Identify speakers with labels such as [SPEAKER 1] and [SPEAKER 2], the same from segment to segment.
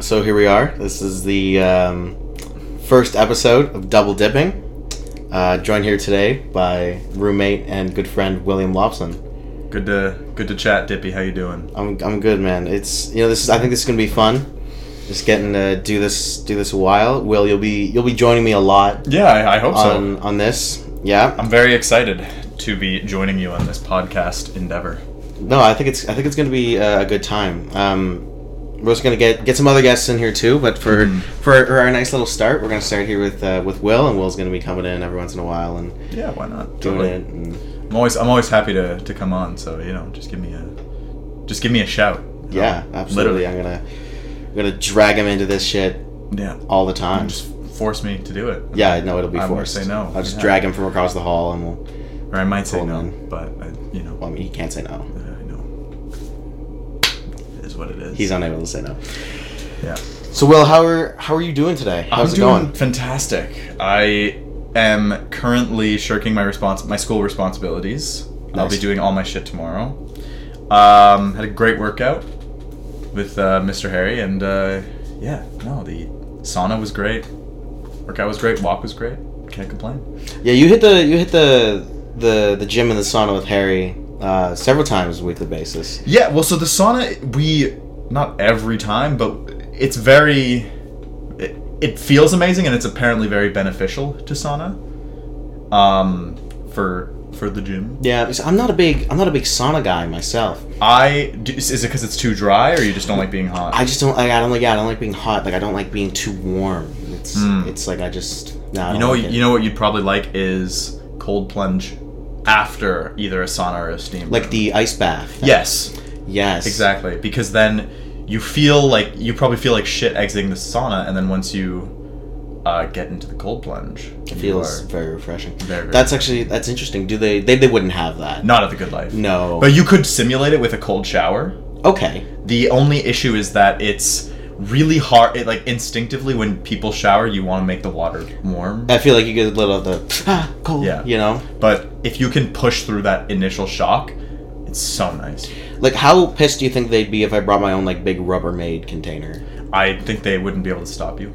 [SPEAKER 1] so here we are. This is the um, first episode of Double Dipping. Uh, joined here today by roommate and good friend William Lobson.
[SPEAKER 2] Good to good to chat, Dippy. How you doing?
[SPEAKER 1] I'm, I'm good, man. It's you know this is I think this is gonna be fun. Just getting to do this do this a while. Will you'll be you'll be joining me a lot
[SPEAKER 2] Yeah, I, I hope so.
[SPEAKER 1] on on this. Yeah.
[SPEAKER 2] Um, I'm very excited to be joining you on this podcast endeavor.
[SPEAKER 1] No, I think it's I think it's gonna be uh, a good time. Um, we're just gonna get get some other guests in here too, but for
[SPEAKER 2] Mhm.
[SPEAKER 1] for, for our nice little start, we're gonna start here with uh, with Will, and Will's gonna be coming in every once in a while and
[SPEAKER 2] Yeah, why not?
[SPEAKER 1] doing
[SPEAKER 2] Totally.
[SPEAKER 1] it. And
[SPEAKER 2] I'm always I'm always happy to, to come on. So you know, just give me a just give me a shout. Um, you
[SPEAKER 1] yeah,
[SPEAKER 2] know,
[SPEAKER 1] absolutely.
[SPEAKER 2] literally.
[SPEAKER 1] I'm gonna I'm gonna drag him into this shit
[SPEAKER 2] Yeah,
[SPEAKER 1] all the time.
[SPEAKER 2] just force me to do it.
[SPEAKER 1] yeah, I know it'll be
[SPEAKER 2] I won't
[SPEAKER 1] forced.
[SPEAKER 2] say no.
[SPEAKER 1] I'll just
[SPEAKER 2] Yeah.
[SPEAKER 1] drag him from across the hall, and we'll.
[SPEAKER 2] or I might say
[SPEAKER 1] Hold
[SPEAKER 2] no,
[SPEAKER 1] on.
[SPEAKER 2] but I, you know,
[SPEAKER 1] Well, I mean, he can't say no.
[SPEAKER 2] I know it is what it is.
[SPEAKER 1] He's unable to say no.
[SPEAKER 2] yeah.
[SPEAKER 1] So, Will, how are how are you doing today? How's
[SPEAKER 2] I'm
[SPEAKER 1] it
[SPEAKER 2] doing
[SPEAKER 1] going?
[SPEAKER 2] fantastic. I am currently shirking my respons- my school responsibilities. I'll be
[SPEAKER 1] Nice.
[SPEAKER 2] doing all my shit tomorrow. Um, had a great workout with uh, Mr. Harry, and uh, yeah, no, the sauna was great. Workout was great. Walk was great. Can't complain.
[SPEAKER 1] Yeah, you hit the you hit the the the gym and the sauna with Harry uh, several times on a weekly basis.
[SPEAKER 2] Yeah, well, so the sauna, we not every time, but it's very. It, it feels amazing, and it's apparently very beneficial to sauna. Um, for for the gym,
[SPEAKER 1] Yeah, because I'm not a big I'm not a big sauna guy myself.
[SPEAKER 2] I do, is is it because it's too dry, or you just don't like being hot?
[SPEAKER 1] I just don't like I don't like yeah I don't like being hot. Like I don't like being too warm. It's
[SPEAKER 2] Mm.
[SPEAKER 1] it's like I just no. I
[SPEAKER 2] you
[SPEAKER 1] don't
[SPEAKER 2] know,
[SPEAKER 1] like
[SPEAKER 2] what-
[SPEAKER 1] it.
[SPEAKER 2] you know what you'd probably like is cold plunge after either a sauna or a steam.
[SPEAKER 1] like
[SPEAKER 2] room.
[SPEAKER 1] the ice bath.
[SPEAKER 2] yes,
[SPEAKER 1] Yes.
[SPEAKER 2] Exactly, because then you feel like you probably feel like shit exiting the sauna, and then once you uh, get into the cold plunge,
[SPEAKER 1] It
[SPEAKER 2] you
[SPEAKER 1] feels
[SPEAKER 2] are
[SPEAKER 1] very refreshing.
[SPEAKER 2] very, very-
[SPEAKER 1] That's actually that's interesting. Do they they, they wouldn't have that?
[SPEAKER 2] not at the good life.
[SPEAKER 1] No.
[SPEAKER 2] But you could simulate it with a cold shower.
[SPEAKER 1] okay.
[SPEAKER 2] The only issue is that it's really hard. It like instinctively when people shower, you want to make the water warm.
[SPEAKER 1] I feel like you get a little of the ah, cold.
[SPEAKER 2] Yeah.
[SPEAKER 1] You know,
[SPEAKER 2] But if you can push through that initial shock, it's so nice.
[SPEAKER 1] like how pissed do you think they'd be if I brought my own like big Rubbermaid container?
[SPEAKER 2] I think they wouldn't be able to stop you.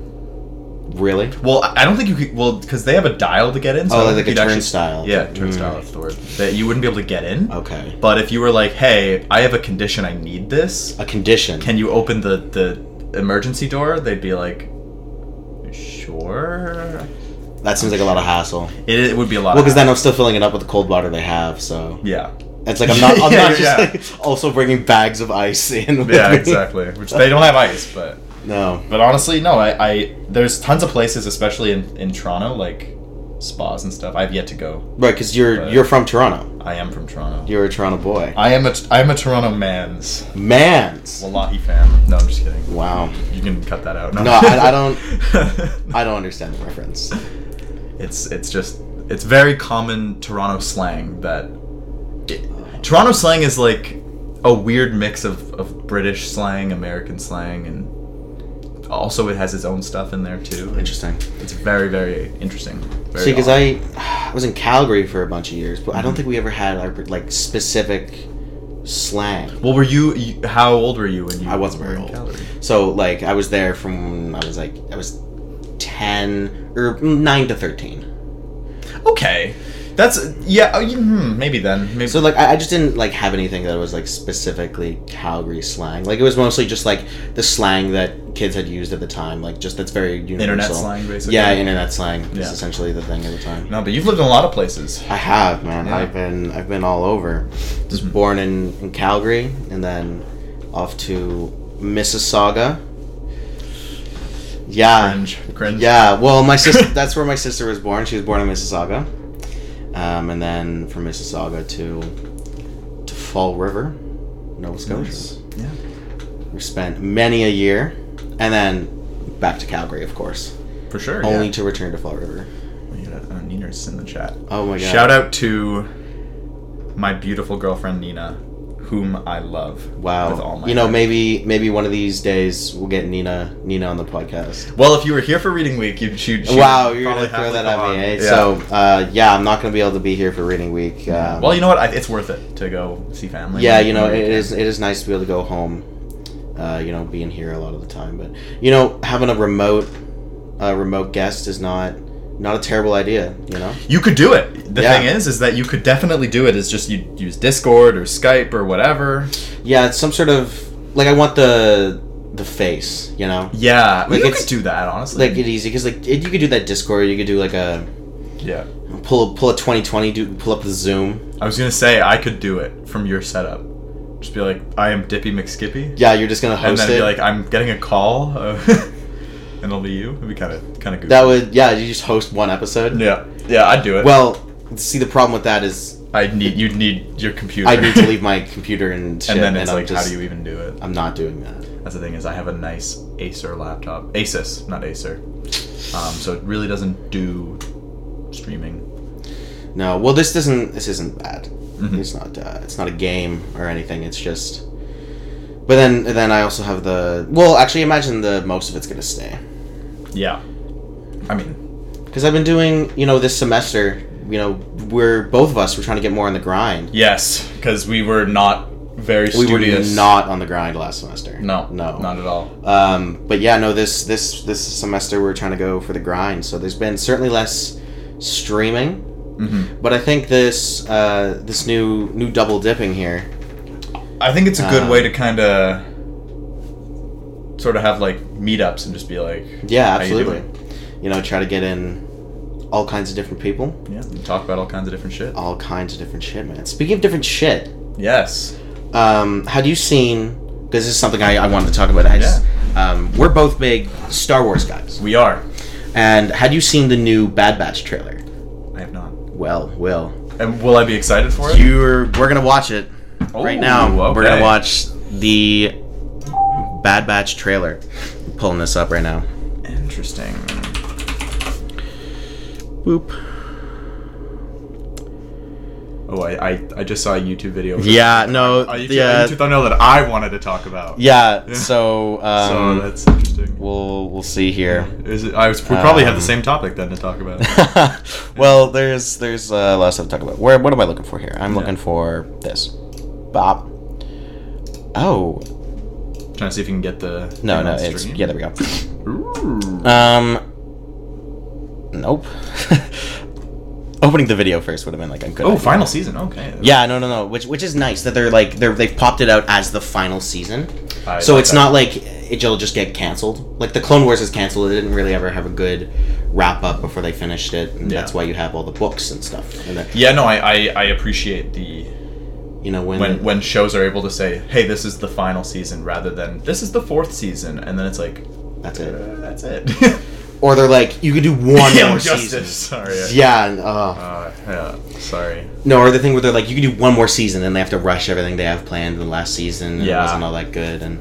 [SPEAKER 1] Really?
[SPEAKER 2] Well, I I don't think you could. Well, because they have a dial to get in. So I
[SPEAKER 1] oh,
[SPEAKER 2] don't
[SPEAKER 1] like
[SPEAKER 2] think
[SPEAKER 1] a
[SPEAKER 2] you'd actually-
[SPEAKER 1] turnstile. Mm. Oh.
[SPEAKER 2] Yeah, turnstile. That's the word. That you wouldn't be able to get in.
[SPEAKER 1] Okay.
[SPEAKER 2] But if you were like, "Hey, I have a condition. I need this.
[SPEAKER 1] A condition.
[SPEAKER 2] Can you open the the emergency door?" They'd be like, "Sure."
[SPEAKER 1] that seems like a lot of hassle.
[SPEAKER 2] It, it would be a lot.
[SPEAKER 1] Well,
[SPEAKER 2] of
[SPEAKER 1] because then I'm still filling it up with the cold water they have, so
[SPEAKER 2] yeah,
[SPEAKER 1] it's like I'm not. I'm
[SPEAKER 2] Yeah,
[SPEAKER 1] not just
[SPEAKER 2] yeah.
[SPEAKER 1] like, also bringing bags of ice in. With
[SPEAKER 2] yeah,
[SPEAKER 1] me.
[SPEAKER 2] exactly. Which they don't have ice, but
[SPEAKER 1] No.
[SPEAKER 2] but honestly, no. I, I there's tons of places, especially in in Toronto, like spas and stuff. I've yet to go.
[SPEAKER 1] Right, because you're
[SPEAKER 2] But-
[SPEAKER 1] you're from Toronto.
[SPEAKER 2] I am from Toronto.
[SPEAKER 1] You're a Toronto boy.
[SPEAKER 2] I am a I am a Toronto man's
[SPEAKER 1] Mans.
[SPEAKER 2] Wallahi fan. No, I'm just kidding.
[SPEAKER 1] Wow.
[SPEAKER 2] You can cut that out.
[SPEAKER 1] No, I- I don't-
[SPEAKER 2] don't.
[SPEAKER 1] I don't understand the reference.
[SPEAKER 2] it's it's just it's very common Toronto slang that it, Toronto slang is like a weird mix of, of British slang, American slang, and also it has its own stuff in there too.
[SPEAKER 1] Interesting.
[SPEAKER 2] It's very very interesting. Very Mm-hmm.
[SPEAKER 1] See, because
[SPEAKER 2] odd.
[SPEAKER 1] I, I was in Calgary for a bunch of years, but I don't think we ever had our like specific slang.
[SPEAKER 2] well, were you, you? How old were you when you?
[SPEAKER 1] I wasn't very
[SPEAKER 2] were in
[SPEAKER 1] old.
[SPEAKER 2] Calgary?
[SPEAKER 1] So like I was there from I was like I was ten or nine to thirteen.
[SPEAKER 2] Okay, that's yeah. oh, you- hmm, maybe then. Maybe
[SPEAKER 1] So like I, I just didn't like have anything that was like specifically Calgary slang. Like it was mostly just like the slang that kids had used at the time. Like just that's very universal.
[SPEAKER 2] internet slang basically.
[SPEAKER 1] Yeah, internet slang is
[SPEAKER 2] Yeah.
[SPEAKER 1] essentially the thing at the time.
[SPEAKER 2] No, but you've lived in a lot of places.
[SPEAKER 1] I have, man.
[SPEAKER 2] Yeah.
[SPEAKER 1] I've been I've been all over. Was
[SPEAKER 2] Mhm.
[SPEAKER 1] born in, in Calgary and then off to Mississauga. Yeah.
[SPEAKER 2] Cringe, cringe.
[SPEAKER 1] Yeah. Well, my sister that's where my sister was born. She was born in Mississauga. Um, and then from Mississauga to to Fall River, Nova Scotia.
[SPEAKER 2] Nice. Yeah.
[SPEAKER 1] We spent many a year and then back to Calgary, of course.
[SPEAKER 2] For sure.
[SPEAKER 1] Only
[SPEAKER 2] yeah.
[SPEAKER 1] to return to Fall River.
[SPEAKER 2] We got uh, Nina's in the chat.
[SPEAKER 1] Oh my god.
[SPEAKER 2] Shout out to my beautiful girlfriend Nina, whom I love.
[SPEAKER 1] Wow.
[SPEAKER 2] With all my
[SPEAKER 1] you know,
[SPEAKER 2] heart.
[SPEAKER 1] maybe maybe one of these days we'll get Nina Nina on the podcast.
[SPEAKER 2] Well, if you were here for reading week, you'd shoot.
[SPEAKER 1] wow, you're gonna throw that at me. Eh? So uh, yeah, I'm not gonna be able to be here for reading week. Um,
[SPEAKER 2] well, you know what? I, it's worth it to go see family.
[SPEAKER 1] yeah,
[SPEAKER 2] when-
[SPEAKER 1] you know
[SPEAKER 2] when
[SPEAKER 1] it
[SPEAKER 2] can.
[SPEAKER 1] is it is nice to be able to go home. uh, you know, being here a lot of the time. But you know, having a remote, uh, remote guest is not not a terrible idea. You know,
[SPEAKER 2] You could do it. The
[SPEAKER 1] Yeah.
[SPEAKER 2] thing is, is that you could definitely do it. It's just you use Discord or Skype or whatever.
[SPEAKER 1] yeah, it's some sort of like I want the the face. You know,
[SPEAKER 2] Yeah,
[SPEAKER 1] Like,
[SPEAKER 2] like you
[SPEAKER 1] it's-
[SPEAKER 2] could do that honestly.
[SPEAKER 1] like it easy because like it, you could do that Discord. You could do like a
[SPEAKER 2] yeah,
[SPEAKER 1] pull pull a twenty twenty. Do pull up the Zoom.
[SPEAKER 2] I was gonna say I could do it from your setup. Just be like, I am Dippy McSkippy,
[SPEAKER 1] Yeah, you're just gonna
[SPEAKER 2] and
[SPEAKER 1] host
[SPEAKER 2] then be
[SPEAKER 1] it.
[SPEAKER 2] like, I'm getting a call, uh, and it'll be you. It'd be kind of kind of good.
[SPEAKER 1] that would yeah, you just host one episode.
[SPEAKER 2] yeah, yeah, I'd do it.
[SPEAKER 1] Well, see the problem with that is
[SPEAKER 2] I need you'd need your computer.
[SPEAKER 1] I need to leave my computer and shit,
[SPEAKER 2] and then it's
[SPEAKER 1] I'm
[SPEAKER 2] like, how
[SPEAKER 1] just-
[SPEAKER 2] do you even do it?
[SPEAKER 1] I'm not doing that.
[SPEAKER 2] That's the thing is, I have a nice Acer laptop, Asus, not Acer. Um, so it really doesn't do streaming.
[SPEAKER 1] No, well, this doesn't. This isn't bad.
[SPEAKER 2] Mhm.
[SPEAKER 1] It's not. Uh, it's not a game or anything. It's just. But then, then I also have the. Well, actually, imagine the most of it's gonna stay
[SPEAKER 2] Yeah, I mean,
[SPEAKER 1] because I've been doing. You know, this semester. You know, we're both of us. We're trying to get more on the grind.
[SPEAKER 2] yes, because we were not very
[SPEAKER 1] We were
[SPEAKER 2] studious.
[SPEAKER 1] not on the grind last semester.
[SPEAKER 2] No,
[SPEAKER 1] no,
[SPEAKER 2] not at all.
[SPEAKER 1] Um, but yeah, no. This this this semester we're trying to go for the grind. So there's been certainly less streaming.
[SPEAKER 2] hmm
[SPEAKER 1] But I think this uh, this new new double dipping here
[SPEAKER 2] I think it's a good
[SPEAKER 1] Um,
[SPEAKER 2] way to kind of sort of have like meetups and just be like,
[SPEAKER 1] Yeah,
[SPEAKER 2] How you
[SPEAKER 1] absolutely. You, know, try to get in all kinds of different people,
[SPEAKER 2] yeah, talk about all kinds of different shit.
[SPEAKER 1] all kinds of different shit, man. Speaking of different shit,
[SPEAKER 2] Yes.
[SPEAKER 1] um, had you seen? Because this is something I, I wanted to talk about. I just- um, we're both big Star Wars guys,
[SPEAKER 2] We are.
[SPEAKER 1] and had you seen the new Bad Batch trailer?
[SPEAKER 2] I have not.
[SPEAKER 1] Well, will
[SPEAKER 2] And will I be excited for it?
[SPEAKER 1] you're we're gonna watch it right
[SPEAKER 2] Ooh,
[SPEAKER 1] now? We're
[SPEAKER 2] okay.
[SPEAKER 1] gonna watch the Bad Batch trailer. I'm pulling this up right now.
[SPEAKER 2] Interesting.
[SPEAKER 1] Boop.
[SPEAKER 2] Oh, I, I, I just saw a YouTube video. Oh, for
[SPEAKER 1] Yeah, no,
[SPEAKER 2] a YouTube,
[SPEAKER 1] yeah,
[SPEAKER 2] a YouTube thumbnail that I wanted to talk about.
[SPEAKER 1] yeah. So, um,
[SPEAKER 2] so that's interesting.
[SPEAKER 1] We'll we'll see here.
[SPEAKER 2] Is it, I was, we probably have
[SPEAKER 1] Um,
[SPEAKER 2] the same topic then to talk about.
[SPEAKER 1] well, there's there's uh, lots to talk about. Where what am I looking for here? I'm looking for this. Bop. Oh
[SPEAKER 2] Trying to see if you can get the
[SPEAKER 1] no
[SPEAKER 2] thing
[SPEAKER 1] no
[SPEAKER 2] on
[SPEAKER 1] it's
[SPEAKER 2] stream.
[SPEAKER 1] yeah there we go.
[SPEAKER 2] Ooh.
[SPEAKER 1] Um. Nope. Opening the video first would have been like I'm good.
[SPEAKER 2] oh, final season. Okay.
[SPEAKER 1] Yeah, no, no, no. Which which is nice that they're like they're they've popped it out as the final season.
[SPEAKER 2] I
[SPEAKER 1] so
[SPEAKER 2] like
[SPEAKER 1] it's
[SPEAKER 2] that.
[SPEAKER 1] not like it'll just get canceled. Like the Clone Wars is canceled. It didn't really ever have a good wrap up before they finished it, and
[SPEAKER 2] Yeah.
[SPEAKER 1] that's why you have all the books and stuff. And that,
[SPEAKER 2] Yeah. No, I, I, I appreciate the
[SPEAKER 1] you know when,
[SPEAKER 2] when when shows are able to say, hey, this is the final season, rather than this is the fourth season, and then it's like,
[SPEAKER 1] that's
[SPEAKER 2] uh,
[SPEAKER 1] it,
[SPEAKER 2] that's it.
[SPEAKER 1] or they're like you could do one
[SPEAKER 2] Yeah,
[SPEAKER 1] more
[SPEAKER 2] justice.
[SPEAKER 1] season.
[SPEAKER 2] Sorry.
[SPEAKER 1] Yeah, and, uh,
[SPEAKER 2] Uh, yeah. Sorry.
[SPEAKER 1] no, or the thing where they're like you can do one more season, and they have to rush everything they have planned in the last season. And
[SPEAKER 2] Yeah.
[SPEAKER 1] it wasn't all that good. And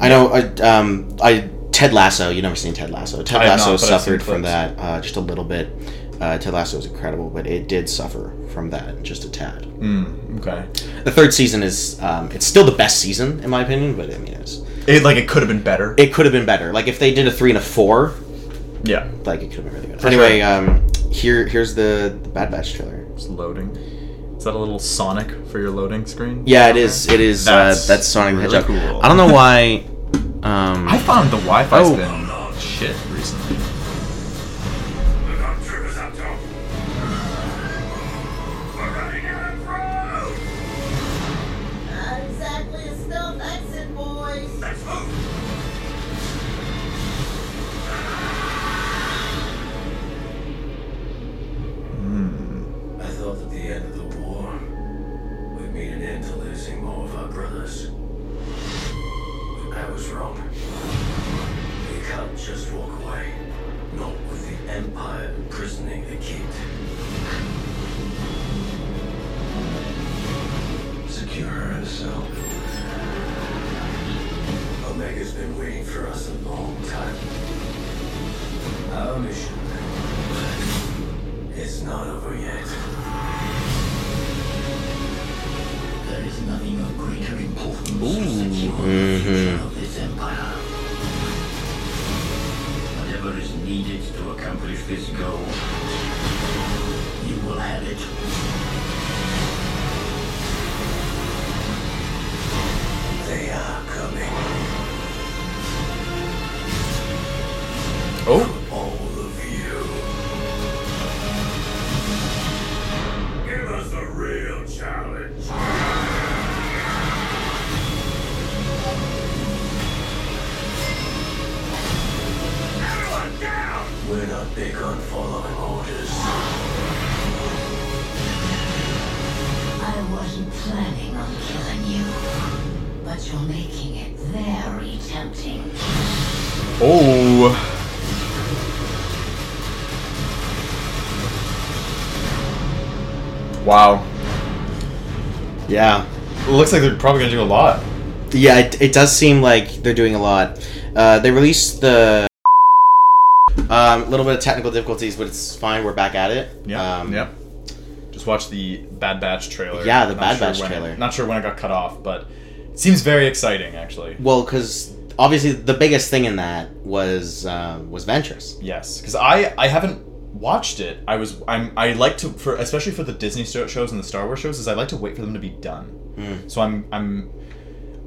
[SPEAKER 1] I know I um I Ted Lasso. You never seen Ted Lasso? Ted
[SPEAKER 2] I have
[SPEAKER 1] Lasso
[SPEAKER 2] not, but I've seen
[SPEAKER 1] suffered from
[SPEAKER 2] clips.
[SPEAKER 1] that uh, just a little bit. Uh, Ted Lasso is incredible, but it did suffer from that just a tad.
[SPEAKER 2] Mm, okay.
[SPEAKER 1] The third season is um, it's still the best season in my opinion, but I mean it's
[SPEAKER 2] It like it could have been better.
[SPEAKER 1] it could have been better. Like if they did a three and a four,
[SPEAKER 2] yeah.
[SPEAKER 1] like it could have been really good.
[SPEAKER 2] For
[SPEAKER 1] anyway,
[SPEAKER 2] sure.
[SPEAKER 1] um, here here's the, the Bad Batch trailer.
[SPEAKER 2] It's loading. Is that a little Sonic for your loading screen?
[SPEAKER 1] Yeah, it is. It is. That's,
[SPEAKER 2] That's
[SPEAKER 1] uh, that's Sonic
[SPEAKER 2] really
[SPEAKER 1] the Hedgehog.
[SPEAKER 2] cool.
[SPEAKER 1] I don't know why. Um,
[SPEAKER 2] I found the Wi-Fi's
[SPEAKER 1] Oh.
[SPEAKER 2] been shit recently.
[SPEAKER 3] Look out, troopers up top. We're running out of road.
[SPEAKER 4] Not exactly a stealth exit, boys.
[SPEAKER 3] Let's move. I thought at the end of the war, we'd made an end to losing more of our brothers. But I was wrong. We can't just walk away. Not with the Empire imprisoning the kid. Secure her herself. Omega's been waiting for us a long time. Our mission is not over yet. There is nothing of greater importance to secure the future of this empire. Whatever is needed to accomplish this goal, you will have it. They are coming.
[SPEAKER 2] Oh,
[SPEAKER 3] all of you. Give us a real challenge. Everyone down! We're not big on following orders.
[SPEAKER 4] I wasn't planning on killing you, but you're making it very tempting.
[SPEAKER 2] oh. Wow.
[SPEAKER 1] Yeah.
[SPEAKER 2] It looks like they're probably gonna do a lot.
[SPEAKER 1] Yeah, it, it does seem like they're doing a lot. Uh, they released the. A um, little bit of technical difficulties, but it's fine. We're back at it.
[SPEAKER 2] Yeah.
[SPEAKER 1] Um,
[SPEAKER 2] yep. Just watch the Bad Batch trailer.
[SPEAKER 1] Yeah, the
[SPEAKER 2] Not
[SPEAKER 1] Bad
[SPEAKER 2] sure
[SPEAKER 1] Batch
[SPEAKER 2] when it-
[SPEAKER 1] trailer.
[SPEAKER 2] not sure when it got cut off, but it seems very exciting, actually.
[SPEAKER 1] Well, because obviously the biggest thing in that was um, was Ventress.
[SPEAKER 2] Yes, because I I haven't watched it. I was I'm I like to for especially for the Disney sto- shows and the Star Wars shows is I like to wait for them to be done.
[SPEAKER 1] Mm.
[SPEAKER 2] So I'm I'm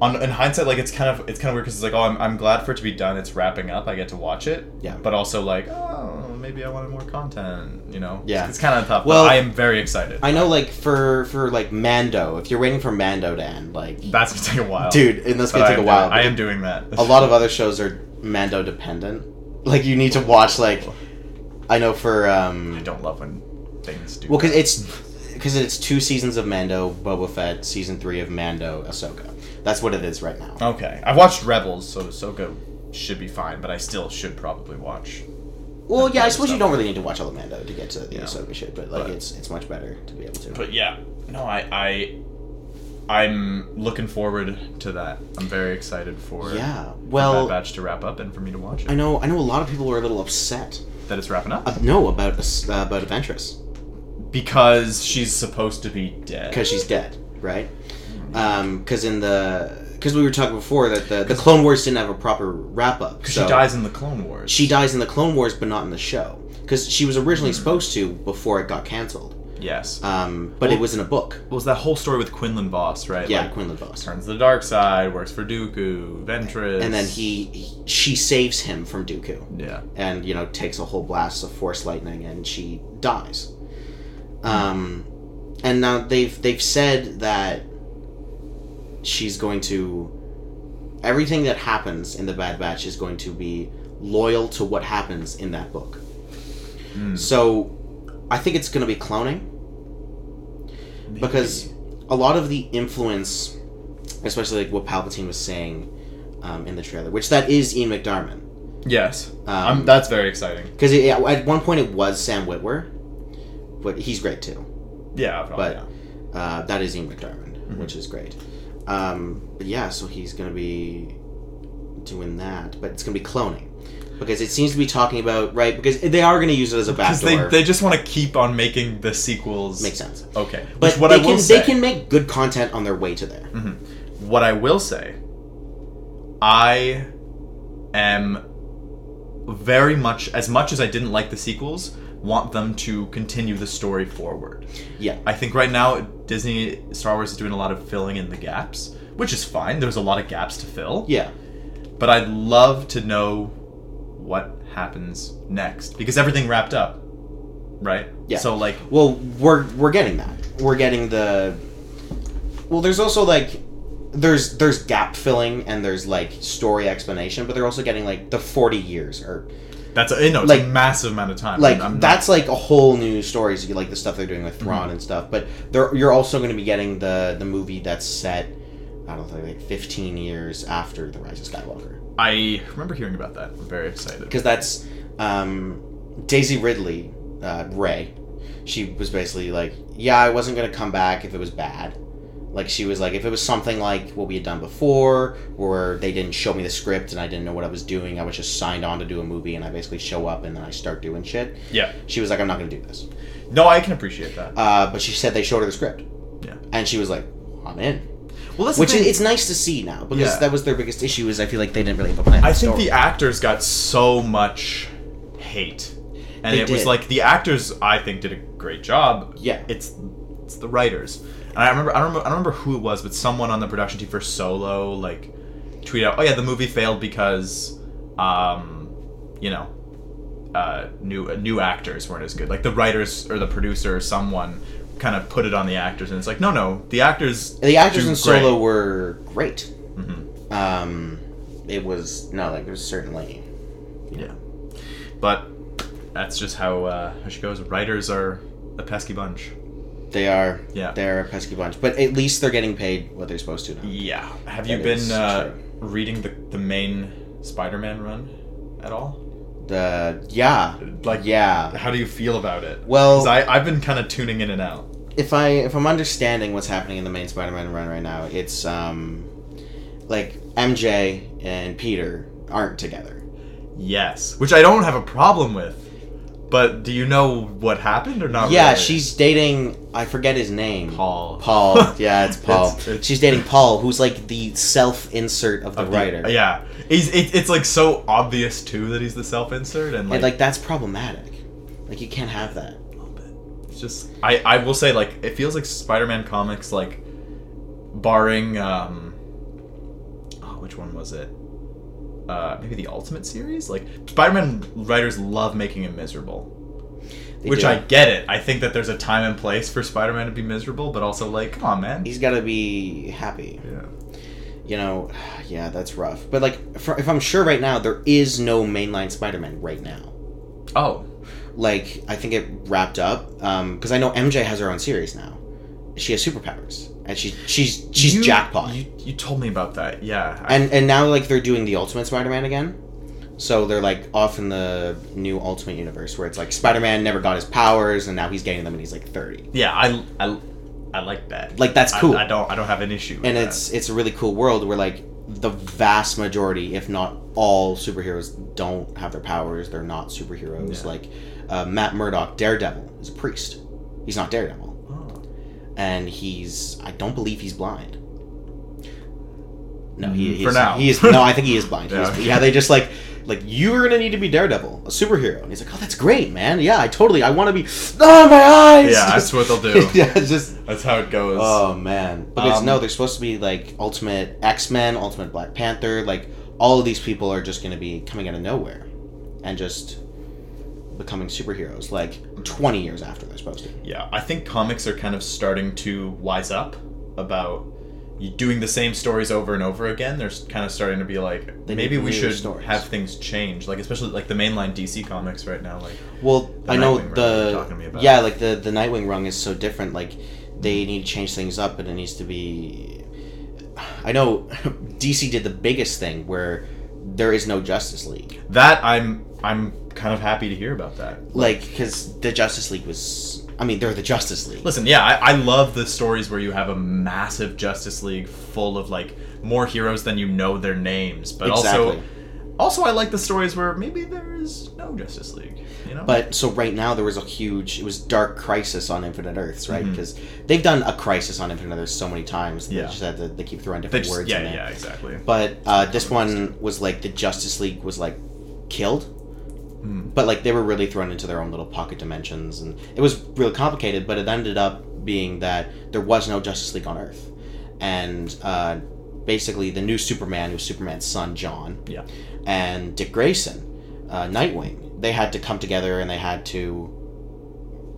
[SPEAKER 2] on in hindsight like it's kind of it's kind of weird because it's like oh I'm, I'm glad for it to be done. It's wrapping up. I get to watch it.
[SPEAKER 1] Yeah.
[SPEAKER 2] But also like oh maybe I wanted more content. You know.
[SPEAKER 1] Yeah.
[SPEAKER 2] It's kind of tough.
[SPEAKER 1] Well-
[SPEAKER 2] but I am very excited.
[SPEAKER 1] I know, like for for like Mando, if you're waiting for Mando to end, like
[SPEAKER 2] That's gonna take a while,
[SPEAKER 1] dude, and that's
[SPEAKER 2] But
[SPEAKER 1] gonna
[SPEAKER 2] I
[SPEAKER 1] take a
[SPEAKER 2] am
[SPEAKER 1] while.
[SPEAKER 2] doing- I am doing that.
[SPEAKER 1] A lot of other shows are Mando dependent. Like you need to watch like, I know for
[SPEAKER 2] I
[SPEAKER 1] um,
[SPEAKER 2] don't love when things do.
[SPEAKER 1] well, because
[SPEAKER 2] that.
[SPEAKER 1] it's because it's two seasons of Mando, Boba Fett, season three of Mando, Ahsoka. That's what it is right now.
[SPEAKER 2] Okay, I've watched Rebels, so Ahsoka should be fine, but I still should probably watch.
[SPEAKER 1] Well, yeah, I
[SPEAKER 2] that's
[SPEAKER 1] suppose you
[SPEAKER 2] stuff.
[SPEAKER 1] don't really need to watch all of Mando to get to the
[SPEAKER 2] Yeah.
[SPEAKER 1] Ahsoka shit, but like
[SPEAKER 2] But-
[SPEAKER 1] it's it's much better to be able to.
[SPEAKER 2] But yeah, no, I, I, I'm looking forward to that. I'm very excited for
[SPEAKER 1] yeah,
[SPEAKER 2] for Bad
[SPEAKER 1] well,
[SPEAKER 2] Batch to wrap up and for me to watch it.
[SPEAKER 1] I know I know a lot of people were a little upset.
[SPEAKER 2] that it's wrapping up
[SPEAKER 1] Uh, no, about Ahs- uh, about Adventress.
[SPEAKER 2] because she's supposed to be dead.
[SPEAKER 1] because she's dead, right?
[SPEAKER 2] Hmm.
[SPEAKER 1] Because in the because we were talking before that the, the Clone Wars didn't have a proper wrap up.
[SPEAKER 2] 'Cause
[SPEAKER 1] so
[SPEAKER 2] she dies in the Clone Wars.
[SPEAKER 1] She dies in the Clone Wars, but not in the show because she was
[SPEAKER 2] Hmm.
[SPEAKER 1] originally supposed to before it got canceled.
[SPEAKER 2] yes.
[SPEAKER 1] Um, but it
[SPEAKER 2] Well-
[SPEAKER 1] was in a book.
[SPEAKER 2] What was that whole story with Quinlan Voss, right?
[SPEAKER 1] Yeah,
[SPEAKER 2] Like,
[SPEAKER 1] Quinlan Voss.
[SPEAKER 2] turns to the dark side, works for Dooku, Ventress,
[SPEAKER 1] And then he, he she saves him from Dooku.
[SPEAKER 2] Yeah.
[SPEAKER 1] and you know takes a whole blast of force lightning and she dies um and now they've they've said that she's going to everything that happens in the bad batch is going to be loyal to what happens in that book
[SPEAKER 2] Mm.
[SPEAKER 1] so i think it's going to be cloning because a lot of the influence, especially like what Palpatine was saying um, in the trailer, which that is Ian McDiarmid,
[SPEAKER 2] yes,
[SPEAKER 1] Um,
[SPEAKER 2] I'm, that's very exciting.
[SPEAKER 1] because at one point it was Sam Witwer, but he's great too.
[SPEAKER 2] Yeah,
[SPEAKER 1] But-
[SPEAKER 2] Oh, yeah. Mm-hmm.
[SPEAKER 1] Uh, that is Ian McDiarmid, which is great. Um, but yeah, so he's gonna be doing that, but it's gonna be cloning because it seems to be talking about right because they are gonna use it as a
[SPEAKER 2] because they,
[SPEAKER 1] backdoor.
[SPEAKER 2] they just want to keep on making the sequels.
[SPEAKER 1] Makes sense.
[SPEAKER 2] Okay,
[SPEAKER 1] But
[SPEAKER 2] Which what
[SPEAKER 1] they
[SPEAKER 2] I will
[SPEAKER 1] can
[SPEAKER 2] say, Mm-hmm.
[SPEAKER 1] they can make good content on their way to there.
[SPEAKER 2] what I will say, I am very much as much as I didn't like the sequels, want them to continue the story forward.
[SPEAKER 1] Yeah,
[SPEAKER 2] I think right now Disney Star Wars is doing a lot of filling in the gaps, which is fine. There's a lot of gaps to fill.
[SPEAKER 1] yeah,
[SPEAKER 2] but I'd love to know what happens next because everything wrapped up, right?
[SPEAKER 1] Yeah.
[SPEAKER 2] So like,
[SPEAKER 1] Well, we're we're getting that. We're getting the. Well, there's also like, there's there's gap filling and there's like story explanation, but they're also getting like the forty years or
[SPEAKER 2] That's a, you know, it's
[SPEAKER 1] Like-
[SPEAKER 2] a massive amount of time.
[SPEAKER 1] like
[SPEAKER 2] I'm not- Mm-hmm.
[SPEAKER 1] that's like a whole new stories like the stuff they're doing with Thrawn and stuff. But they're, you're also going to be getting the the movie that's set. I don't think like fifteen years after the Rise of Skywalker
[SPEAKER 2] I remember hearing about that. I'm very excited.
[SPEAKER 1] because that's um, Daisy Ridley, uh, Ray. She was basically like, "Yeah, I wasn't gonna come back if it was bad." Like she was like, "If it was something like what we had done before, where they didn't show me the script and I didn't know what I was doing, I was just signed on to do a movie and I basically show up and then I start doing shit."
[SPEAKER 2] Yeah.
[SPEAKER 1] She was like, "I'm not gonna do this,"
[SPEAKER 2] No, I can appreciate that.
[SPEAKER 1] uh, but she said they showed her the script,
[SPEAKER 2] Yeah.
[SPEAKER 1] and she was like, "I'm in,"
[SPEAKER 2] Well, that's
[SPEAKER 1] which is, it's nice to see now because
[SPEAKER 2] Yeah.
[SPEAKER 1] that was their biggest issue. Is I feel like they didn't really have a plan.
[SPEAKER 2] I
[SPEAKER 1] for
[SPEAKER 2] think
[SPEAKER 1] story.
[SPEAKER 2] the actors got so much hate, and
[SPEAKER 1] They
[SPEAKER 2] it was
[SPEAKER 1] did.
[SPEAKER 2] like the actors. I think did a great job.
[SPEAKER 1] Yeah.
[SPEAKER 2] It's it's the writers, and I remember I don't remember, I don't remember who it was, but someone on the production team for Solo like tweeted out, "Oh yeah, the movie failed because, um, you know, uh, new uh, new actors weren't as good. Like the writers or the producer or someone kind of put it on the actors, and it's like, no, no, the actors.
[SPEAKER 1] The actors
[SPEAKER 2] do
[SPEAKER 1] in
[SPEAKER 2] great.
[SPEAKER 1] Solo were great.
[SPEAKER 2] Mhm.
[SPEAKER 1] Um, it was no like there's certainly
[SPEAKER 2] Yeah, but that's just how uh, how she goes. Writers are a pesky bunch.
[SPEAKER 1] they are
[SPEAKER 2] Yeah.
[SPEAKER 1] they're a pesky bunch, but at least they're getting paid what they're supposed to. Now.
[SPEAKER 2] Yeah. Have you
[SPEAKER 1] That
[SPEAKER 2] been
[SPEAKER 1] is
[SPEAKER 2] uh, reading the the main Spider-Man run at all?
[SPEAKER 1] The yeah
[SPEAKER 2] Like,
[SPEAKER 1] yeah.
[SPEAKER 2] How do you feel about it?
[SPEAKER 1] Well,
[SPEAKER 2] 'Cause I I've been kind of tuning in and out.
[SPEAKER 1] if I if I'm understanding what's happening in the main Spider-Man run right now, it's um like MJ and Peter aren't together.
[SPEAKER 2] Yes, which I don't have a problem with. But do you know what happened or not?
[SPEAKER 1] yeah,
[SPEAKER 2] Oh, really?
[SPEAKER 1] she's dating I forget his name.
[SPEAKER 2] Paul.
[SPEAKER 1] Paul. Yeah, it's Paul.
[SPEAKER 2] It's- it's-
[SPEAKER 1] She's dating Paul, who's like the self-insert of the
[SPEAKER 2] of the-
[SPEAKER 1] writer.
[SPEAKER 2] yeah, he's it, it's like so obvious too that he's the self-insert and like,
[SPEAKER 1] and like that's problematic. Like you can't have that.
[SPEAKER 2] it's just I I will say like it feels like Spider-Man comics like barring um oh, which one was it uh maybe the Ultimate series like Spider-Man writers love making him miserable.
[SPEAKER 1] They
[SPEAKER 2] Which
[SPEAKER 1] do.
[SPEAKER 2] I get it. I think that there's a time and place for Spider-Man to be miserable, but also like, come on, man.
[SPEAKER 1] he's got to be happy.
[SPEAKER 2] yeah.
[SPEAKER 1] You know, yeah, that's rough. But like, for, if I'm sure right now, there is no mainline Spider-Man right now.
[SPEAKER 2] Oh,
[SPEAKER 1] Like, I think it wrapped up because I know MJ has her own series now. She has superpowers, and she she's she's
[SPEAKER 2] You-
[SPEAKER 1] jackpot.
[SPEAKER 2] You, you told me about that. Yeah. I-
[SPEAKER 1] and and now like they're doing the Ultimate Spider-Man again. So they're like off in the new Ultimate universe where it's like Spider-Man never got his powers, and now he's getting them, and he's like thirty.
[SPEAKER 2] yeah, I, I I like that.
[SPEAKER 1] Like, that's
[SPEAKER 2] I-
[SPEAKER 1] cool.
[SPEAKER 2] I, don't I don't have an issue. With
[SPEAKER 1] and
[SPEAKER 2] that.
[SPEAKER 1] it's it's a really cool world where like the vast majority if not all superheroes don't have their powers they're not superheroes
[SPEAKER 2] Yeah.
[SPEAKER 1] like uh, matt murdock daredevil is a priest he's not daredevil
[SPEAKER 2] Oh.
[SPEAKER 1] and he's i don't believe he's blind no he,
[SPEAKER 2] Mm,
[SPEAKER 1] he
[SPEAKER 2] for
[SPEAKER 1] is,
[SPEAKER 2] now.
[SPEAKER 1] he is no i think he is blind yeah.
[SPEAKER 2] Yeah.
[SPEAKER 1] yeah they just like like you're gonna need to be daredevil a superhero and he's like oh that's great man yeah i totally i want to be oh my eyes
[SPEAKER 2] yeah, that's what they'll do.
[SPEAKER 1] yeah it's just
[SPEAKER 2] That's how it goes.
[SPEAKER 1] Oh man! But it's
[SPEAKER 2] Um,
[SPEAKER 1] no, they're supposed to be like Ultimate X Men, Ultimate Black Panther. Like all of these people are just going to be coming out of nowhere, and just becoming superheroes. Like twenty years after they're supposed to.
[SPEAKER 2] yeah, I think comics are kind of starting to wise up about you doing the same stories over and over again. They're s- kind of starting to be like,
[SPEAKER 1] They
[SPEAKER 2] maybe
[SPEAKER 1] need
[SPEAKER 2] we
[SPEAKER 1] newer
[SPEAKER 2] should
[SPEAKER 1] stories.
[SPEAKER 2] have things change. Like especially like the mainline DC comics right now. Like
[SPEAKER 1] Well,
[SPEAKER 2] The
[SPEAKER 1] I know
[SPEAKER 2] Nightwing run you're talking to me
[SPEAKER 1] the
[SPEAKER 2] about.
[SPEAKER 1] yeah, like the the Nightwing rung is so different. Like they need to change things up, and it needs to be. I know DC did the biggest thing where there is no Justice League,
[SPEAKER 2] that, I'm I'm kind of happy to hear about that.
[SPEAKER 1] like because the Justice League was. I mean, they're the Justice League.
[SPEAKER 2] Listen, yeah, I, I love the stories where you have a massive Justice League full of like more heroes than you know their names, but also,
[SPEAKER 1] Exactly.
[SPEAKER 2] also I like the stories where maybe there is no Justice League. You know,
[SPEAKER 1] But so right now there was a huge it was Dark Crisis on Infinite Earths, right?
[SPEAKER 2] Mhm.
[SPEAKER 1] Because they've done a Crisis on Infinite Earths so many times.
[SPEAKER 2] Yeah.
[SPEAKER 1] They just had to, they keep throwing
[SPEAKER 2] they
[SPEAKER 1] different
[SPEAKER 2] just,
[SPEAKER 1] words
[SPEAKER 2] yeah,
[SPEAKER 1] in there.
[SPEAKER 2] yeah, exactly.
[SPEAKER 1] But uh, this one was like the Justice League was like killed.
[SPEAKER 2] Mm.
[SPEAKER 1] But like they were really thrown into their own little pocket dimensions and it was really complicated, but it ended up being that there was no Justice League on Earth. And uh, basically the new Superman who's Superman's son John
[SPEAKER 2] Yeah,
[SPEAKER 1] and Dick Grayson, uh, Nightwing. They had to come together and they had to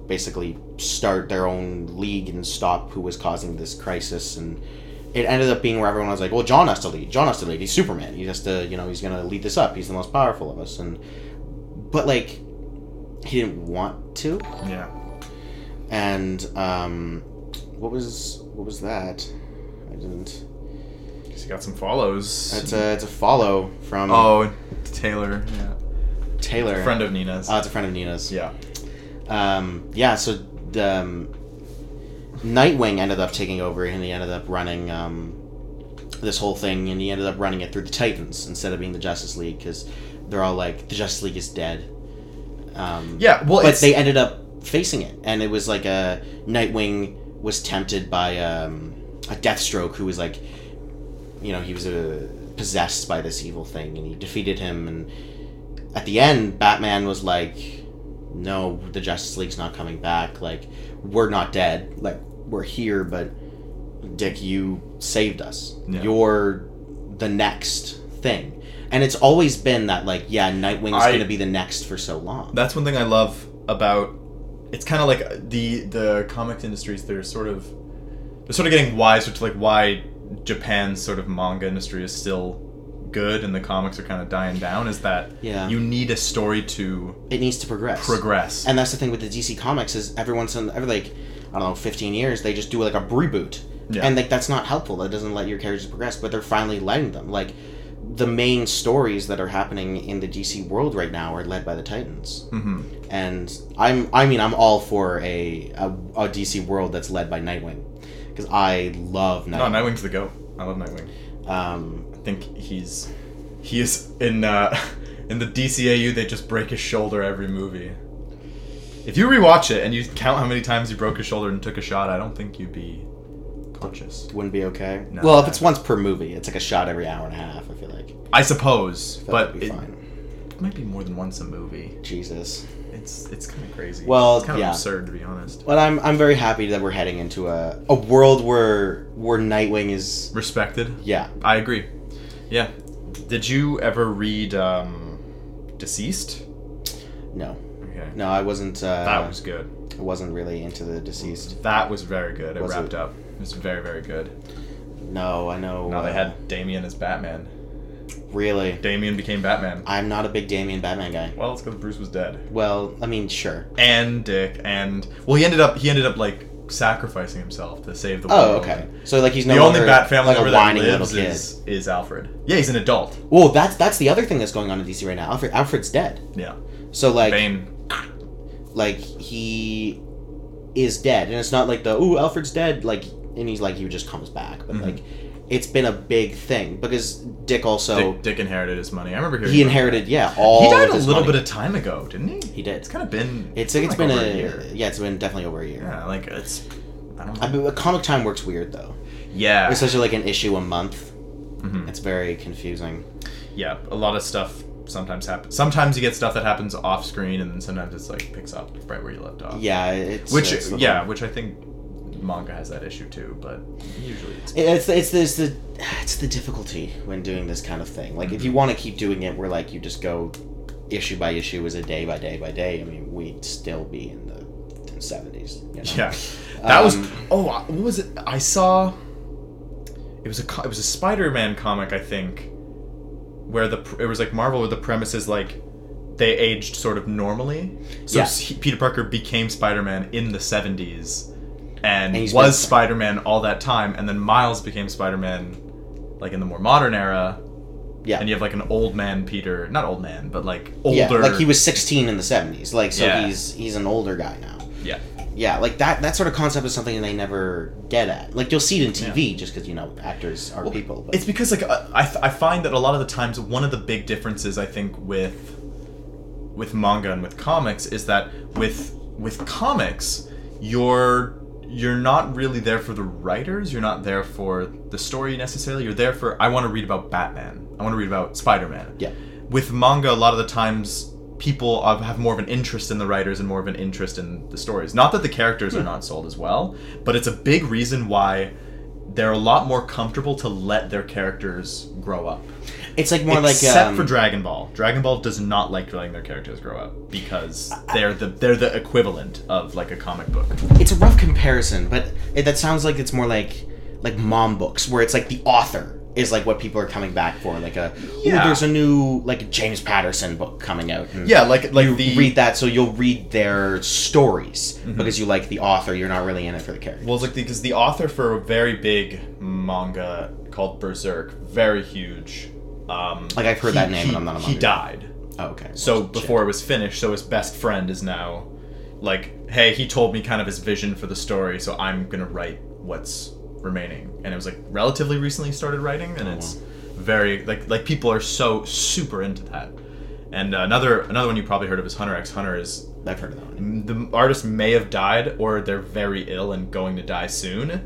[SPEAKER 1] basically start their own league and stop who was causing this crisis. And it ended up being where everyone was like, "Well, John has to lead. John has to lead. He's Superman. He has to, you know, he's gonna lead this up. He's the most powerful of us." And but like, he didn't want to.
[SPEAKER 2] yeah.
[SPEAKER 1] And um, what was what was that? I didn't.
[SPEAKER 2] 'Cause you got some follows.
[SPEAKER 1] It's a it's a follow from
[SPEAKER 2] oh, Taylor, yeah,
[SPEAKER 1] Taylor.
[SPEAKER 2] friend of Nina's.
[SPEAKER 1] Oh, it's a friend of Nina's.
[SPEAKER 2] yeah,
[SPEAKER 1] um, yeah, so the, um, Nightwing ended up taking over, and he ended up running um, this whole thing, and he ended up running it through the Titans instead of being the Justice League because they're all like the Justice League is dead. Um,
[SPEAKER 2] yeah. Well,
[SPEAKER 1] but
[SPEAKER 2] it's,
[SPEAKER 1] they ended up facing it, and it was like a Nightwing was tempted by um, a Deathstroke who was like, you know, he was uh, possessed by this evil thing, and he defeated him. And at the end, Batman was like, "No, the Justice League's not coming back. Like, we're not dead. Like, we're here, but Dick, you saved us.
[SPEAKER 2] Yeah.
[SPEAKER 1] You're the next thing." And it's always been that, like, yeah, Nightwing's
[SPEAKER 2] I-
[SPEAKER 1] going to be the next for so long.
[SPEAKER 2] That's one thing I love about. It's kind of like the the comics industries. They're sort of they're sort of getting wiser to like why Japan's sort of manga industry is still good and the comics are kind of dying down. Is that
[SPEAKER 1] Yeah.
[SPEAKER 2] you need a story to
[SPEAKER 1] it needs to progress.
[SPEAKER 2] progress.
[SPEAKER 1] And that's the thing with the DC comics is every once in every like I don't know, fifteen years they just do like a reboot,
[SPEAKER 2] Yeah.
[SPEAKER 1] and like that's not helpful. That doesn't let your characters progress. But they're finally letting them. Like the main stories that are happening in the DC world right now are led by the Titans,
[SPEAKER 2] hmm
[SPEAKER 1] and I'm I mean I'm all for a a, a DC world that's led by Nightwing because I love
[SPEAKER 2] No,
[SPEAKER 1] Nightwing.
[SPEAKER 2] Nightwing's the go. I love Nightwing.
[SPEAKER 1] um,
[SPEAKER 2] I think he's he is in uh, in the DCAU. They just break his shoulder every movie. If you rewatch it and you count how many times he broke his shoulder and took a shot, I don't think you'd be conscious.
[SPEAKER 1] wouldn't be okay.
[SPEAKER 2] No.
[SPEAKER 1] well, if it's once per movie, it's like a shot every hour and a half. I feel like
[SPEAKER 2] I suppose,
[SPEAKER 1] that
[SPEAKER 2] but
[SPEAKER 1] would be
[SPEAKER 2] it
[SPEAKER 1] fine.
[SPEAKER 2] might be more than once a movie.
[SPEAKER 1] Jesus.
[SPEAKER 2] It's it's kind of crazy.
[SPEAKER 1] Well,
[SPEAKER 2] it's kind of
[SPEAKER 1] yeah.
[SPEAKER 2] absurd to be honest.
[SPEAKER 1] Well, I'm I'm very happy that we're heading into a a world where where Nightwing is
[SPEAKER 2] Respected.
[SPEAKER 1] yeah.
[SPEAKER 2] I agree. Yeah. Did you ever read um, Deceased?
[SPEAKER 1] No,
[SPEAKER 2] Okay.
[SPEAKER 1] no, I wasn't. Uh,
[SPEAKER 2] That was good.
[SPEAKER 1] I wasn't really into the deceased.
[SPEAKER 2] That was very good. It
[SPEAKER 1] Was
[SPEAKER 2] wrapped
[SPEAKER 1] it?
[SPEAKER 2] up. It was very very good.
[SPEAKER 1] No, I know.
[SPEAKER 2] No, they
[SPEAKER 1] uh,
[SPEAKER 2] had Damien as Batman.
[SPEAKER 1] really.
[SPEAKER 2] Damien became Batman.
[SPEAKER 1] I'm not a big Damien Batman guy.
[SPEAKER 2] Well, it's because Bruce was dead.
[SPEAKER 1] Well, I mean, sure.
[SPEAKER 2] And Dick and well, he ended up he ended up like sacrificing himself to save the
[SPEAKER 1] Oh,
[SPEAKER 2] world.
[SPEAKER 1] okay. So like he's no
[SPEAKER 2] the only
[SPEAKER 1] longer
[SPEAKER 2] Bat family
[SPEAKER 1] like
[SPEAKER 2] member
[SPEAKER 1] a
[SPEAKER 2] that
[SPEAKER 1] whiny little
[SPEAKER 2] lives
[SPEAKER 1] kid.
[SPEAKER 2] is, is Alfred. Yeah, he's an adult.
[SPEAKER 1] Well, that's that's the other thing that's going on in DC right now. Alfred Alfred's dead.
[SPEAKER 2] Yeah,
[SPEAKER 1] So like
[SPEAKER 2] Bane.
[SPEAKER 1] like he is dead and it's not like the ooh alfred's dead like and he's like he just comes back but
[SPEAKER 2] Mhm.
[SPEAKER 1] like it's been a big thing because dick also
[SPEAKER 2] Dick, Dick inherited his money. I remember hearing
[SPEAKER 1] oh. he
[SPEAKER 2] about
[SPEAKER 1] inherited yeah
[SPEAKER 2] that.
[SPEAKER 1] all
[SPEAKER 2] he died
[SPEAKER 1] of
[SPEAKER 2] a
[SPEAKER 1] his
[SPEAKER 2] little
[SPEAKER 1] money.
[SPEAKER 2] bit of time ago, didn't he?
[SPEAKER 1] he did
[SPEAKER 2] It's kind of been.
[SPEAKER 1] it's like it's been
[SPEAKER 2] over
[SPEAKER 1] a,
[SPEAKER 2] year.
[SPEAKER 1] yeah it's been definitely over a year
[SPEAKER 2] Yeah, like it's. I don't know.
[SPEAKER 1] I mean, comic time works weird though
[SPEAKER 2] yeah.
[SPEAKER 1] especially like an issue a month
[SPEAKER 2] Mhm.
[SPEAKER 1] it's very confusing
[SPEAKER 2] yeah, a lot of stuff sometimes happens. Sometimes you get stuff that happens off screen, and then sometimes it's like picks up right where you left off.
[SPEAKER 1] yeah it's
[SPEAKER 2] Oh. which
[SPEAKER 1] it's the-
[SPEAKER 2] yeah, which I think manga has that issue too, but usually it's
[SPEAKER 1] It's it's this the it's the difficulty when doing this kind of thing. Like if you want to keep doing it, where like you just go issue by issue, is a day by day by day. I mean, we'd still be in the seventies. You know?
[SPEAKER 2] yeah. That was
[SPEAKER 1] Um,
[SPEAKER 2] oh, I- what was it? I saw it was a co- it was a Spider-Man comic I think where the pr- it was like Marvel where the premise is like they aged sort of normally. So
[SPEAKER 1] Yeah.
[SPEAKER 2] s- he- Peter Parker became Spider-Man in the 70s and,
[SPEAKER 1] And he's been-
[SPEAKER 2] was Spider-Man all that time and then Miles became Spider-Man like in the more modern era.
[SPEAKER 1] Yeah.
[SPEAKER 2] And you have like an old man Peter, not old man, but like older
[SPEAKER 1] yeah. Like he was sixteen in the seventies. Like so
[SPEAKER 2] Yeah.
[SPEAKER 1] he's he's an older guy now.
[SPEAKER 2] Yeah.
[SPEAKER 1] Yeah, like that that sort of concept is something they never get at. Like you'll see it in TV, just because you know actors are
[SPEAKER 2] Well,
[SPEAKER 1] people. But
[SPEAKER 2] It's because like I, I I find that a lot of the times one of the big differences I think with with manga and with comics is that with with comics you're you're not really there for the writers you're not there for the story necessarily you're there for I want to read about Batman I want to read about Spider-Man
[SPEAKER 1] yeah,
[SPEAKER 2] with manga a lot of the times people of- have more of an interest in the writers and more of an interest in the stories not that the characters are not sold as well but it's a big reason why they're a lot more comfortable to let their characters grow up
[SPEAKER 1] it's like more
[SPEAKER 2] except
[SPEAKER 1] like um,
[SPEAKER 2] for dragon ball dragon ball does not like letting their characters grow up because they're the they're the equivalent of like a comic book
[SPEAKER 1] it's a rough comparison, but it, that sounds like it's more like like mom books, where it's like the author is like what people are coming back for, like a yeah.
[SPEAKER 2] Yeah.
[SPEAKER 1] there's a new like James Patterson book coming out. and
[SPEAKER 2] yeah like like the
[SPEAKER 1] you read that, so you'll read their stories because you like the author. You're not really in it for the character.
[SPEAKER 2] Mm-hmm. Well, it's like because the author for a very big manga called Berserk, very huge. Um,
[SPEAKER 1] Like, I've heard
[SPEAKER 2] he-
[SPEAKER 1] that name,
[SPEAKER 2] he,
[SPEAKER 1] and I'm not a
[SPEAKER 2] He
[SPEAKER 1] manga-
[SPEAKER 2] died.
[SPEAKER 1] oh, okay.
[SPEAKER 2] So
[SPEAKER 1] Well, shit.
[SPEAKER 2] before it was finished, so his best friend is now, like, hey, he told me kind of his vision for the story, so I'm gonna write what's remaining. And it was like relatively recently started writing, and it's very like like people are so super into that. And another another one you probably heard of is Hunter X Hunter is
[SPEAKER 1] I've heard of that one.
[SPEAKER 2] the artist may have died or they're very ill and going to die soon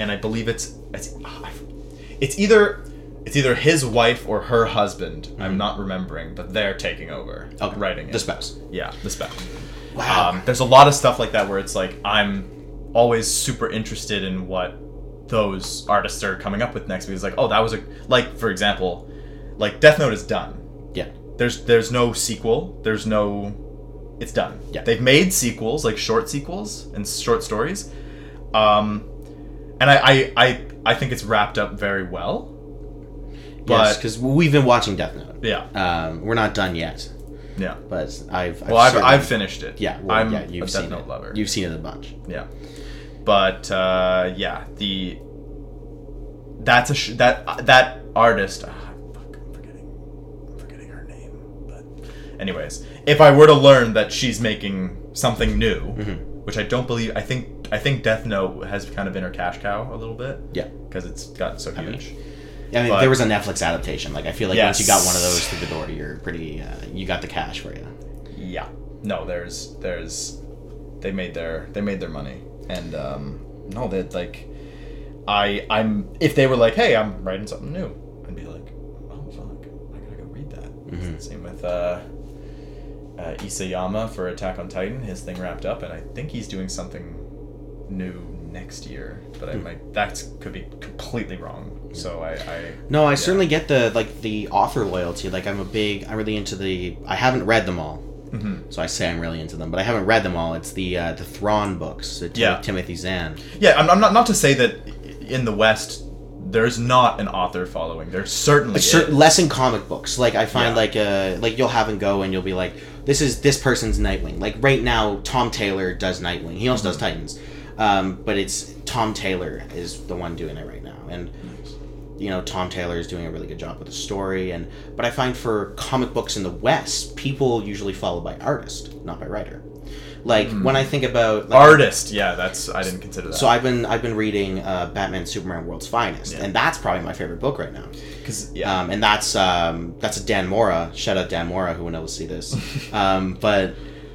[SPEAKER 2] and i believe it's it's it's either it's either his wife or her husband i'm not remembering but they're taking over
[SPEAKER 1] Mm-hmm. Okay.
[SPEAKER 2] writing it
[SPEAKER 1] the spouse. Ah.
[SPEAKER 2] yeah the spouse
[SPEAKER 1] Wow.
[SPEAKER 2] um, there's a lot of stuff like that where it's like i'm always super interested in what those artists are coming up with next because like oh that was a like for example Like Death Note is done.
[SPEAKER 1] Yeah.
[SPEAKER 2] There's there's no sequel. There's no it's done.
[SPEAKER 1] Yeah.
[SPEAKER 2] They've made sequels, like short sequels and short stories. Um and I I I, I think it's wrapped up very well.
[SPEAKER 1] Yes,
[SPEAKER 2] But
[SPEAKER 1] because we've been watching Death Note.
[SPEAKER 2] yeah.
[SPEAKER 1] Um, we're not done yet,
[SPEAKER 2] Yeah.
[SPEAKER 1] but I've, I've
[SPEAKER 2] Well, I've,
[SPEAKER 1] certainly-
[SPEAKER 2] I've finished it.
[SPEAKER 1] yeah, well,
[SPEAKER 2] I'm
[SPEAKER 1] yeah, you've
[SPEAKER 2] a Death
[SPEAKER 1] seen
[SPEAKER 2] Note
[SPEAKER 1] it.
[SPEAKER 2] lover.
[SPEAKER 1] You've seen it a bunch.
[SPEAKER 2] Yeah, but uh, yeah, the that's a sh- that that artist. ah, fuck, I'm forgetting, I'm forgetting her name. But anyways, if I were to learn that she's making something new,
[SPEAKER 1] Mm-hmm.
[SPEAKER 2] which I don't believe, I think I think Death Note has kind of been her cash cow a little bit.
[SPEAKER 1] Yeah.
[SPEAKER 2] because it's gotten so
[SPEAKER 1] mean,
[SPEAKER 2] huge.
[SPEAKER 1] I mean,
[SPEAKER 2] But-
[SPEAKER 1] there was a Netflix adaptation. Like, I feel like once you got one of those
[SPEAKER 2] Yes.
[SPEAKER 1] through the door, you're pretty, uh, you got the cash for you.
[SPEAKER 2] yeah no there's there's they made their they made their money and um no they like i i'm if they were like hey i'm writing something new i'd be like oh fuck i gotta go read that
[SPEAKER 1] Mhm.
[SPEAKER 2] same with uh uh, Isayama for Attack on Titan, his thing wrapped up, and I think he's doing something new next year. But I might that could be completely wrong. So I, I
[SPEAKER 1] No, I certainly get the like the author loyalty. Like, I'm a big, I'm really into the. I haven't read them all,
[SPEAKER 2] Mhm.
[SPEAKER 1] so I say I'm really into them, but I haven't read them all. It's the uh, the Thrawn books, the Tim-
[SPEAKER 2] Yeah.
[SPEAKER 1] Timothy Zahn.
[SPEAKER 2] Yeah, I'm, I'm not not to say that in the West there's not an author following. There certainly
[SPEAKER 1] It's cer-
[SPEAKER 2] is.
[SPEAKER 1] less in comic books. Like I find
[SPEAKER 2] Yeah.
[SPEAKER 1] like uh like you'll have and go and you'll be like, this is this person's Nightwing. Like right now, Tom Taylor does Nightwing. He also does
[SPEAKER 2] Mm-hmm.
[SPEAKER 1] Titans, um, but it's Tom Taylor is the one doing it right now, and you know Tom Taylor is doing a really good job with the story. And but I find for comic books in the West, people usually follow by artist, not by writer. Like when I think about like,
[SPEAKER 2] Mm. Artist, yeah, that's I didn't consider that.
[SPEAKER 1] So I've been I've been reading uh, Batman Superman World's Finest,
[SPEAKER 2] Yeah.
[SPEAKER 1] and that's probably my favorite book right now.
[SPEAKER 2] because yeah,
[SPEAKER 1] Um, and that's um, that's a Dan Mora. Shout out Dan Mora who went over to see this. um, but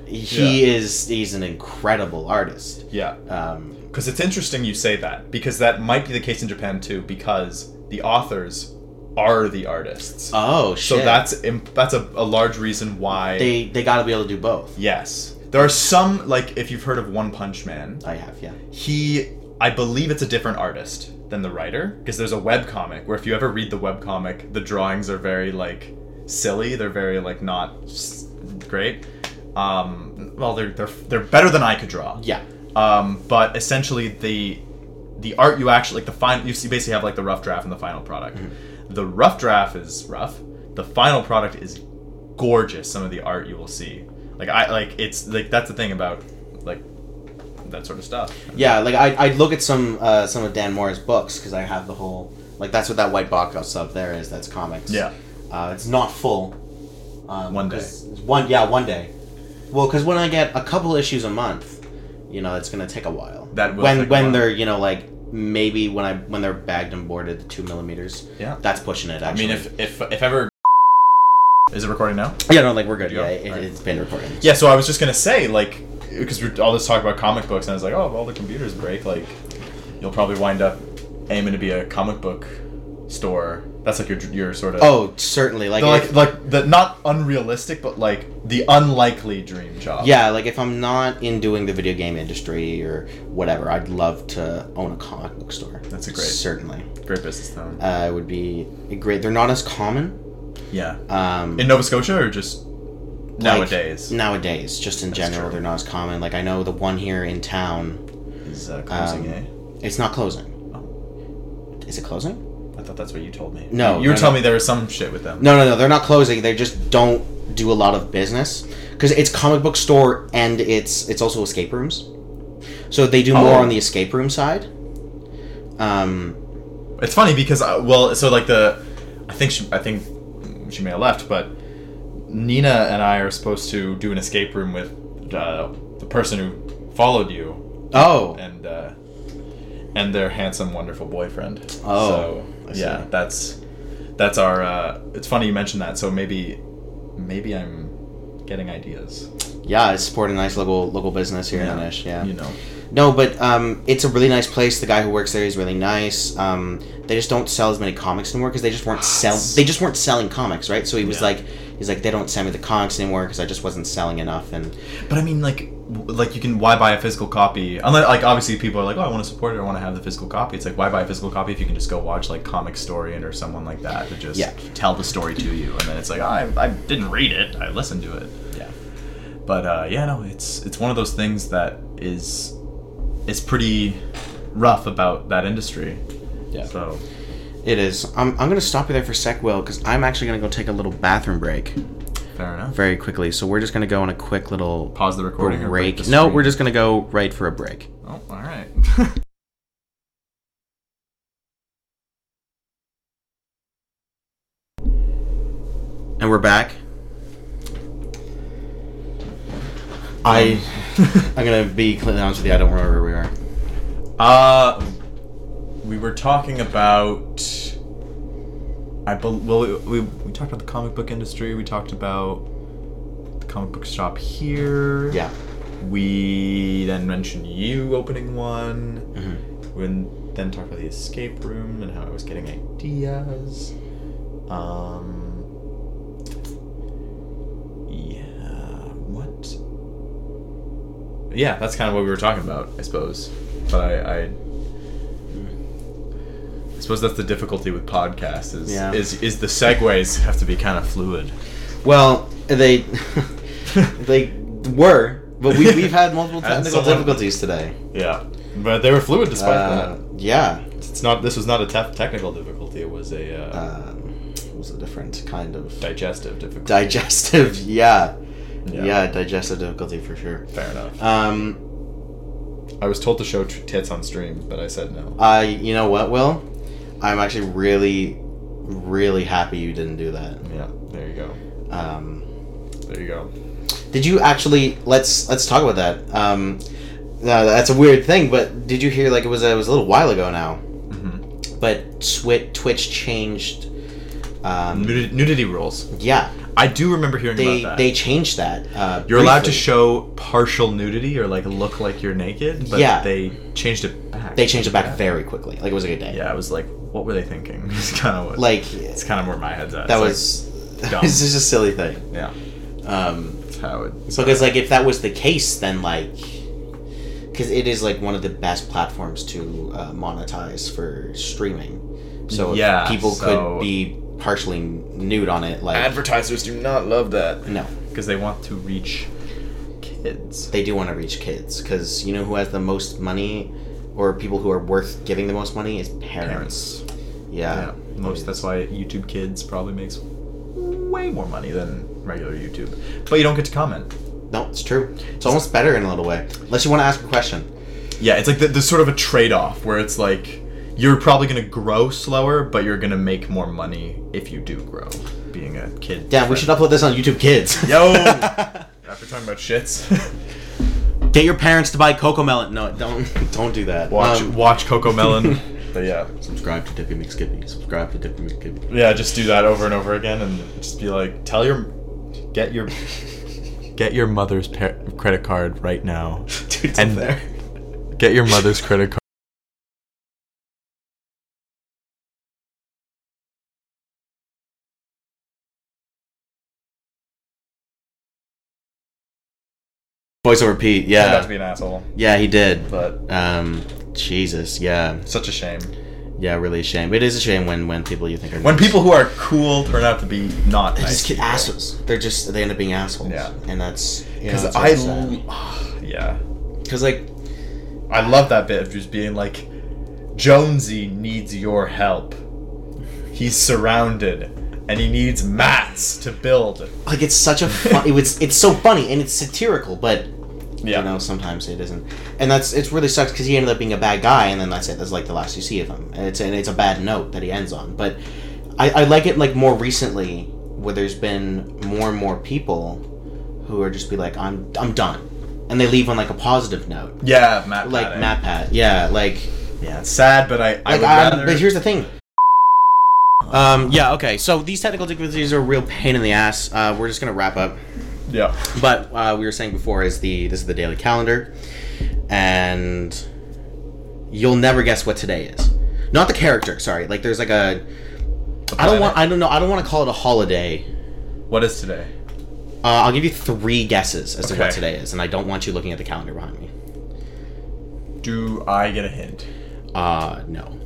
[SPEAKER 1] he is he's an incredible artist.
[SPEAKER 2] yeah,
[SPEAKER 1] Um,
[SPEAKER 2] because it's interesting you say that because that might be the case in Japan too because the authors are the artists.
[SPEAKER 1] oh
[SPEAKER 2] so
[SPEAKER 1] shit!
[SPEAKER 2] that's imp- that's a, a large reason why.
[SPEAKER 1] they they got to be able to do both.
[SPEAKER 2] yes, there are some like if you've heard of One Punch Man,
[SPEAKER 1] I have yeah.
[SPEAKER 2] he i believe it's a different artist than the writer because there's a webcomic where if you ever read the webcomic the drawings are very like silly they're very like not s- great um, well they're, they're they're better than i could draw
[SPEAKER 1] Yeah.
[SPEAKER 2] um, but essentially the the art you actually like the final you see- basically have like the rough draft and the final product the rough draft is rough the final product is gorgeous some of the art you will see like i like it's like that's the thing about like that sort of stuff
[SPEAKER 1] Yeah, like I I look at some uh, some of Dan Mora's books because I have the whole like that's what that white box up there is. That's comics.
[SPEAKER 2] Yeah.
[SPEAKER 1] uh, it's not full. Um,
[SPEAKER 2] One day.
[SPEAKER 1] 'cause- One yeah, one day. Well, because when I get a couple issues a month, you know, it's gonna take a while.
[SPEAKER 2] That will
[SPEAKER 1] when
[SPEAKER 2] take a
[SPEAKER 1] when
[SPEAKER 2] while.
[SPEAKER 1] they're you know like maybe when I when they're bagged and boarded to two millimeters.
[SPEAKER 2] Yeah.
[SPEAKER 1] that's pushing it.
[SPEAKER 2] I
[SPEAKER 1] Actually.
[SPEAKER 2] mean, if if if ever is it recording now?
[SPEAKER 1] yeah, no, like we're good.
[SPEAKER 2] Yeah,
[SPEAKER 1] Yeah, it,
[SPEAKER 2] alright.
[SPEAKER 1] it's been recorded.
[SPEAKER 2] Yeah. So I was just gonna say, like, because we're all this talk about comic books, and I was like, oh, if all the computers break, like, you'll probably wind up aiming to be a comic book store. That's like your your sort of
[SPEAKER 1] Oh, certainly. Like,
[SPEAKER 2] The, like
[SPEAKER 1] if-
[SPEAKER 2] like the not unrealistic, but like the unlikely dream job.
[SPEAKER 1] yeah, like if I'm not in doing the video game industry or whatever, I'd love to own a comic book store.
[SPEAKER 2] That's a great-
[SPEAKER 1] Certainly,
[SPEAKER 2] Great business town.
[SPEAKER 1] uh, it would be great. They're not as common.
[SPEAKER 2] yeah.
[SPEAKER 1] Um,
[SPEAKER 2] In Nova Scotia or just
[SPEAKER 1] like,
[SPEAKER 2] nowadays?
[SPEAKER 1] Nowadays, just in general,
[SPEAKER 2] true.
[SPEAKER 1] they're not as common. Like I know the one here in town,
[SPEAKER 2] Is Oh. uh, closing,
[SPEAKER 1] Um,
[SPEAKER 2] eh?
[SPEAKER 1] it's not closing. Is it closing?
[SPEAKER 2] I thought that's what you told me.
[SPEAKER 1] No,
[SPEAKER 2] you were
[SPEAKER 1] no,
[SPEAKER 2] telling
[SPEAKER 1] no.
[SPEAKER 2] me there was some shit with them.
[SPEAKER 1] No, no, no. They're not closing. They just don't do a lot of business because it's comic book store and it's it's also escape rooms. So they do more
[SPEAKER 2] Oh.
[SPEAKER 1] on the escape room side. Um,
[SPEAKER 2] It's funny because uh, well, so like the, I think she, I think she may have left, but Nina and I are supposed to do an escape room with uh, the person who followed you
[SPEAKER 1] oh,
[SPEAKER 2] and uh, and their handsome, wonderful boyfriend.
[SPEAKER 1] Oh,
[SPEAKER 2] so,
[SPEAKER 1] I see.
[SPEAKER 2] yeah, that's that's our. Uh, it's funny you mentioned that. So maybe maybe I'm getting ideas.
[SPEAKER 1] yeah, it's support a nice local local business here in Anish. Yeah,
[SPEAKER 2] you know.
[SPEAKER 1] No, but um, it's a really nice place. The guy who works there is really nice. Um, they just don't sell as many comics anymore because they just weren't sell. They just weren't selling comics, right? So he was
[SPEAKER 2] Yeah.
[SPEAKER 1] like, he's like, they don't send me the comics anymore because I just wasn't selling enough. And
[SPEAKER 2] But I mean, like, like you can why buy a physical copy unless like obviously people are like oh i want to support it i want to have the physical copy it's like why buy a physical copy if you can just go watch like comic story and or someone like that to just
[SPEAKER 1] Yeah.
[SPEAKER 2] tell the story to you and then it's like "Oh, I, I didn't read it i listened to it
[SPEAKER 1] Yeah.
[SPEAKER 2] but uh, yeah no it's it's one of those things that is it's pretty rough about that industry
[SPEAKER 1] Yeah.
[SPEAKER 2] so
[SPEAKER 1] It is. I'm, I'm going to stop you there for a sec, Will, because I'm actually going to go take a little bathroom break
[SPEAKER 2] fair enough
[SPEAKER 1] very quickly. So we're just going to go on a quick little
[SPEAKER 2] pause the recording or break
[SPEAKER 1] break.
[SPEAKER 2] the
[SPEAKER 1] No,
[SPEAKER 2] screen.
[SPEAKER 1] we're just going to go right for a break.
[SPEAKER 2] oh all right
[SPEAKER 1] And we're back. I, I'm going to be completely honest with you. I don't remember where we are.
[SPEAKER 2] Uh, we were talking about. I bel well, we, we, we talked about the comic book industry. We talked about the comic book shop here.
[SPEAKER 1] Yeah.
[SPEAKER 2] We then mentioned you opening one.
[SPEAKER 1] hmm
[SPEAKER 2] We then talked about the escape room and how I was getting ideas. Um. Yeah. What? Yeah, that's kind of what we were talking about, I suppose. But I, I, I suppose that's the difficulty with podcasts is
[SPEAKER 1] Yeah.
[SPEAKER 2] is is the segues have to be kind of fluid.
[SPEAKER 1] Well, they, they were, but we, we've had multiple
[SPEAKER 2] And
[SPEAKER 1] technical
[SPEAKER 2] someone-
[SPEAKER 1] difficulties today.
[SPEAKER 2] yeah, but they were fluid despite
[SPEAKER 1] Uh, yeah.
[SPEAKER 2] that. It's not. This was not a tef- technical difficulty. It was a uh,
[SPEAKER 1] Um, it was a different kind of
[SPEAKER 2] digestive difficulty.
[SPEAKER 1] digestive yeah. yeah
[SPEAKER 2] Yeah.
[SPEAKER 1] digestive difficulty for sure
[SPEAKER 2] Fair enough.
[SPEAKER 1] um
[SPEAKER 2] I was told to show tr- tits on stream, but I said no.
[SPEAKER 1] i you know what will i'm actually really really happy you didn't do that
[SPEAKER 2] Yeah, there you go.
[SPEAKER 1] um
[SPEAKER 2] There you go.
[SPEAKER 1] did you actually let's let's talk about that um no, that's a weird thing but did you hear like it was a, it was a little while ago now
[SPEAKER 2] Mm-hmm.
[SPEAKER 1] but Swi twitch changed um
[SPEAKER 2] Nudity, nudity rules.
[SPEAKER 1] yeah
[SPEAKER 2] I do remember hearing
[SPEAKER 1] they
[SPEAKER 2] about that.
[SPEAKER 1] they changed that uh
[SPEAKER 2] You're allowed to
[SPEAKER 1] briefly.
[SPEAKER 2] show partial nudity or like look like you're naked, but
[SPEAKER 1] Yeah.
[SPEAKER 2] they changed it back.
[SPEAKER 1] they changed it back
[SPEAKER 2] Yeah.
[SPEAKER 1] very quickly like it was like a day
[SPEAKER 2] Yeah, I was like, what were they thinking? It's kind of what.
[SPEAKER 1] like
[SPEAKER 2] it's kind of where my head's at.
[SPEAKER 1] that
[SPEAKER 2] It's
[SPEAKER 1] was
[SPEAKER 2] dumb.
[SPEAKER 1] it's just a silly thing
[SPEAKER 2] like- yeah.
[SPEAKER 1] um
[SPEAKER 2] That's how it.
[SPEAKER 1] because like if that was the case then like because it is like one of the best platforms to uh, monetize for streaming so if
[SPEAKER 2] Yeah,
[SPEAKER 1] people
[SPEAKER 2] so-
[SPEAKER 1] could be partially nude on it like
[SPEAKER 2] Advertisers do not love that
[SPEAKER 1] no
[SPEAKER 2] because they want to reach kids.
[SPEAKER 1] they do want to reach kids because you know who has the most money or people who are worth giving the most money is parents, yeah,
[SPEAKER 2] Yeah, most. That's why YouTube Kids probably makes way more money than regular YouTube, but you don't get to comment.
[SPEAKER 1] no it's true it's almost better in a little way unless you want to ask a question
[SPEAKER 2] Yeah, it's like the, there's sort of a trade-off where it's like you're probably gonna grow slower, but you're gonna make more money if you do grow. Being a kid.
[SPEAKER 1] damn we should upload this on youtube kids
[SPEAKER 2] Yo. After talking about shits,
[SPEAKER 1] Get your parents to buy Coco Melon. No, don't don't do that.
[SPEAKER 2] watch
[SPEAKER 1] Um,
[SPEAKER 2] watch Coco Melon. but yeah,
[SPEAKER 1] subscribe to Dippy McSkippy. Subscribe to Dippy McSkippy.
[SPEAKER 2] yeah, just do that over and over again, and just be like, tell your, get your, get your mother's par- credit card right now.
[SPEAKER 1] Dude, it's
[SPEAKER 2] And-
[SPEAKER 1] there.
[SPEAKER 2] Get your mother's credit card.
[SPEAKER 1] Voice over Pete.
[SPEAKER 2] Turned out
[SPEAKER 1] Yeah,
[SPEAKER 2] to be an asshole,
[SPEAKER 1] yeah, he did.
[SPEAKER 2] but
[SPEAKER 1] Um, Jesus. Yeah,
[SPEAKER 2] such a shame.
[SPEAKER 1] yeah. Really a shame. It is a shame when when people you think are
[SPEAKER 2] When
[SPEAKER 1] nice-
[SPEAKER 2] people who are cool turn out to be not
[SPEAKER 1] they
[SPEAKER 2] nice.
[SPEAKER 1] just get
[SPEAKER 2] people.
[SPEAKER 1] assholes. They're just they end up being assholes.
[SPEAKER 2] Yeah.
[SPEAKER 1] and that's
[SPEAKER 2] Because
[SPEAKER 1] because
[SPEAKER 2] I, l- yeah,
[SPEAKER 1] because like
[SPEAKER 2] I love that bit of just being like, Jonesy needs your help. He's surrounded, and he needs mats to build.
[SPEAKER 1] like it's such a fun. it was it's so funny and it's satirical, but
[SPEAKER 2] Yeah,
[SPEAKER 1] you know sometimes it isn't and that's it really sucks because he ended up being a bad guy and then that's it that's like the last you see of him and it's and it's a bad note that he ends on but I, I like it like more recently where there's been more and more people who are just be like I'm I'm done and they leave on like a positive note
[SPEAKER 2] yeah, Matt.
[SPEAKER 1] like
[SPEAKER 2] Paddock.
[SPEAKER 1] Matt Pat yeah like
[SPEAKER 2] Yeah, it's sad, but I, I
[SPEAKER 1] like
[SPEAKER 2] would
[SPEAKER 1] I'm-
[SPEAKER 2] rather.
[SPEAKER 1] but here's the thing um yeah okay so these technical difficulties are a real pain in the ass uh, we're just gonna wrap up
[SPEAKER 2] yeah,
[SPEAKER 1] but uh, we were saying before is the this is the daily calendar, and you'll never guess what today is. Not the character, sorry. Like there's like a I don't want I don't know I don't want to call it a holiday.
[SPEAKER 2] What is today?
[SPEAKER 1] Uh, I'll give you three guesses as to what
[SPEAKER 2] Okay.
[SPEAKER 1] today is, and I don't want you looking at the calendar behind me.
[SPEAKER 2] Do I get a hint?
[SPEAKER 1] Uh, no.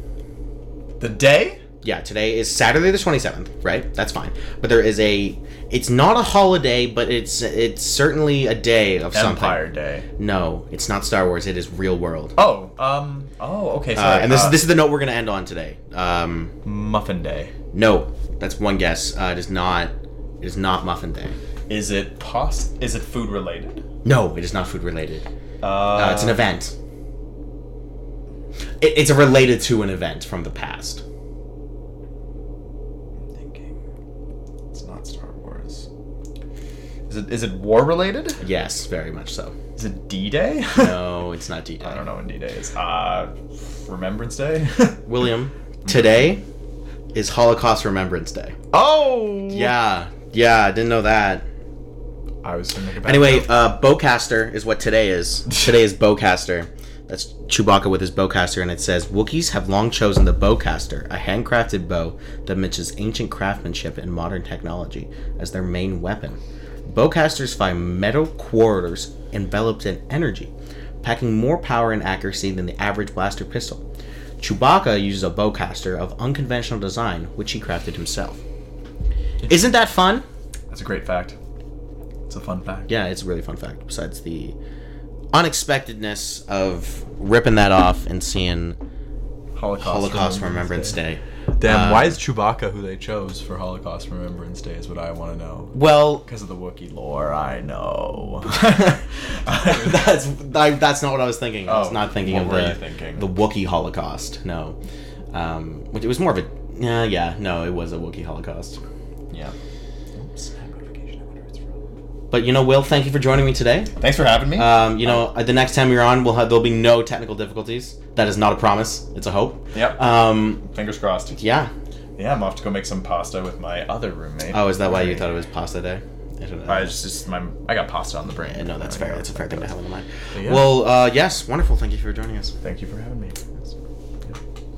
[SPEAKER 2] The day?
[SPEAKER 1] Yeah, today is Saturday the 27th, right? That's fine. But there is a it's not a holiday, but it's it's certainly a day of something.
[SPEAKER 2] Empire Day.
[SPEAKER 1] No, it's not Star Wars, it is real world.
[SPEAKER 2] Oh, um, oh, okay.
[SPEAKER 1] Uh,
[SPEAKER 2] Sorry.
[SPEAKER 1] and this is
[SPEAKER 2] uh,
[SPEAKER 1] this is the note we're going to end on today. Um,
[SPEAKER 2] Muffin Day.
[SPEAKER 1] no, that's one guess. Uh, it is not it is not muffin day.
[SPEAKER 2] Is it pos? Is it food related?
[SPEAKER 1] No, it is not food related.
[SPEAKER 2] Uh,
[SPEAKER 1] Uh, it's an event. It, it's related to an event from the past.
[SPEAKER 2] Thinking. It's not Star Wars. Is it? Is it war related?
[SPEAKER 1] Yes, very much so.
[SPEAKER 2] Is it D Day?
[SPEAKER 1] No, it's not D Day.
[SPEAKER 2] I don't know when D Day is. Uh, Remembrance Day.
[SPEAKER 1] William, today is Holocaust Remembrance Day.
[SPEAKER 2] oh.
[SPEAKER 1] Yeah, yeah, I didn't know that.
[SPEAKER 2] I was gonna make a bad
[SPEAKER 1] Anyway,
[SPEAKER 2] joke.
[SPEAKER 1] uh, Bowcaster is what today is. Today is Bowcaster. That's Chewbacca with his bowcaster, and it says Wookiees have long chosen the bowcaster, a handcrafted bow that mixes ancient craftsmanship and modern technology, as their main weapon. Bowcasters find metal quarters enveloped in energy, packing more power and accuracy than the average blaster pistol. Chewbacca uses a bowcaster of unconventional design, which he crafted himself. Isn't that fun?
[SPEAKER 2] that's a great fact. It's a fun fact.
[SPEAKER 1] yeah, it's a really fun fact. Besides the unexpectedness of ripping that off and seeing
[SPEAKER 2] Holocaust.
[SPEAKER 1] Holocaust Remembrance Day.
[SPEAKER 2] Damn,
[SPEAKER 1] Uh,
[SPEAKER 2] why is Chewbacca who they chose for Holocaust Remembrance Day is what I want to know.
[SPEAKER 1] Well,
[SPEAKER 2] Because of the Wookiee lore, I know.
[SPEAKER 1] that's I, that's not what I was thinking. I was
[SPEAKER 2] Oh,
[SPEAKER 1] not thinking
[SPEAKER 2] what
[SPEAKER 1] of
[SPEAKER 2] were
[SPEAKER 1] the
[SPEAKER 2] you thinking?
[SPEAKER 1] the Wookiee Holocaust. No, um, which- it was more of a yeah, yeah. No, it was a Wookiee Holocaust.
[SPEAKER 2] yeah.
[SPEAKER 1] But you know, Will, thank you for joining me today.
[SPEAKER 2] Thanks for having me.
[SPEAKER 1] Um, you know, uh, the next time you're on, we'll have there'll be no technical difficulties. That is not a promise. It's a hope.
[SPEAKER 2] yep.
[SPEAKER 1] Um,
[SPEAKER 2] Fingers crossed.
[SPEAKER 1] yeah.
[SPEAKER 2] Yeah, I'm off to go make some pasta with my other roommate.
[SPEAKER 1] Oh, is that why you thought it was pasta day? I don't know.
[SPEAKER 2] I just, just my I got pasta on the brain.
[SPEAKER 1] Yeah, no, that's fair. That's a fair thing to have in mind.
[SPEAKER 2] But yeah.
[SPEAKER 1] Well, uh, yes, wonderful. Thank you for joining us.
[SPEAKER 2] Thank you for having me.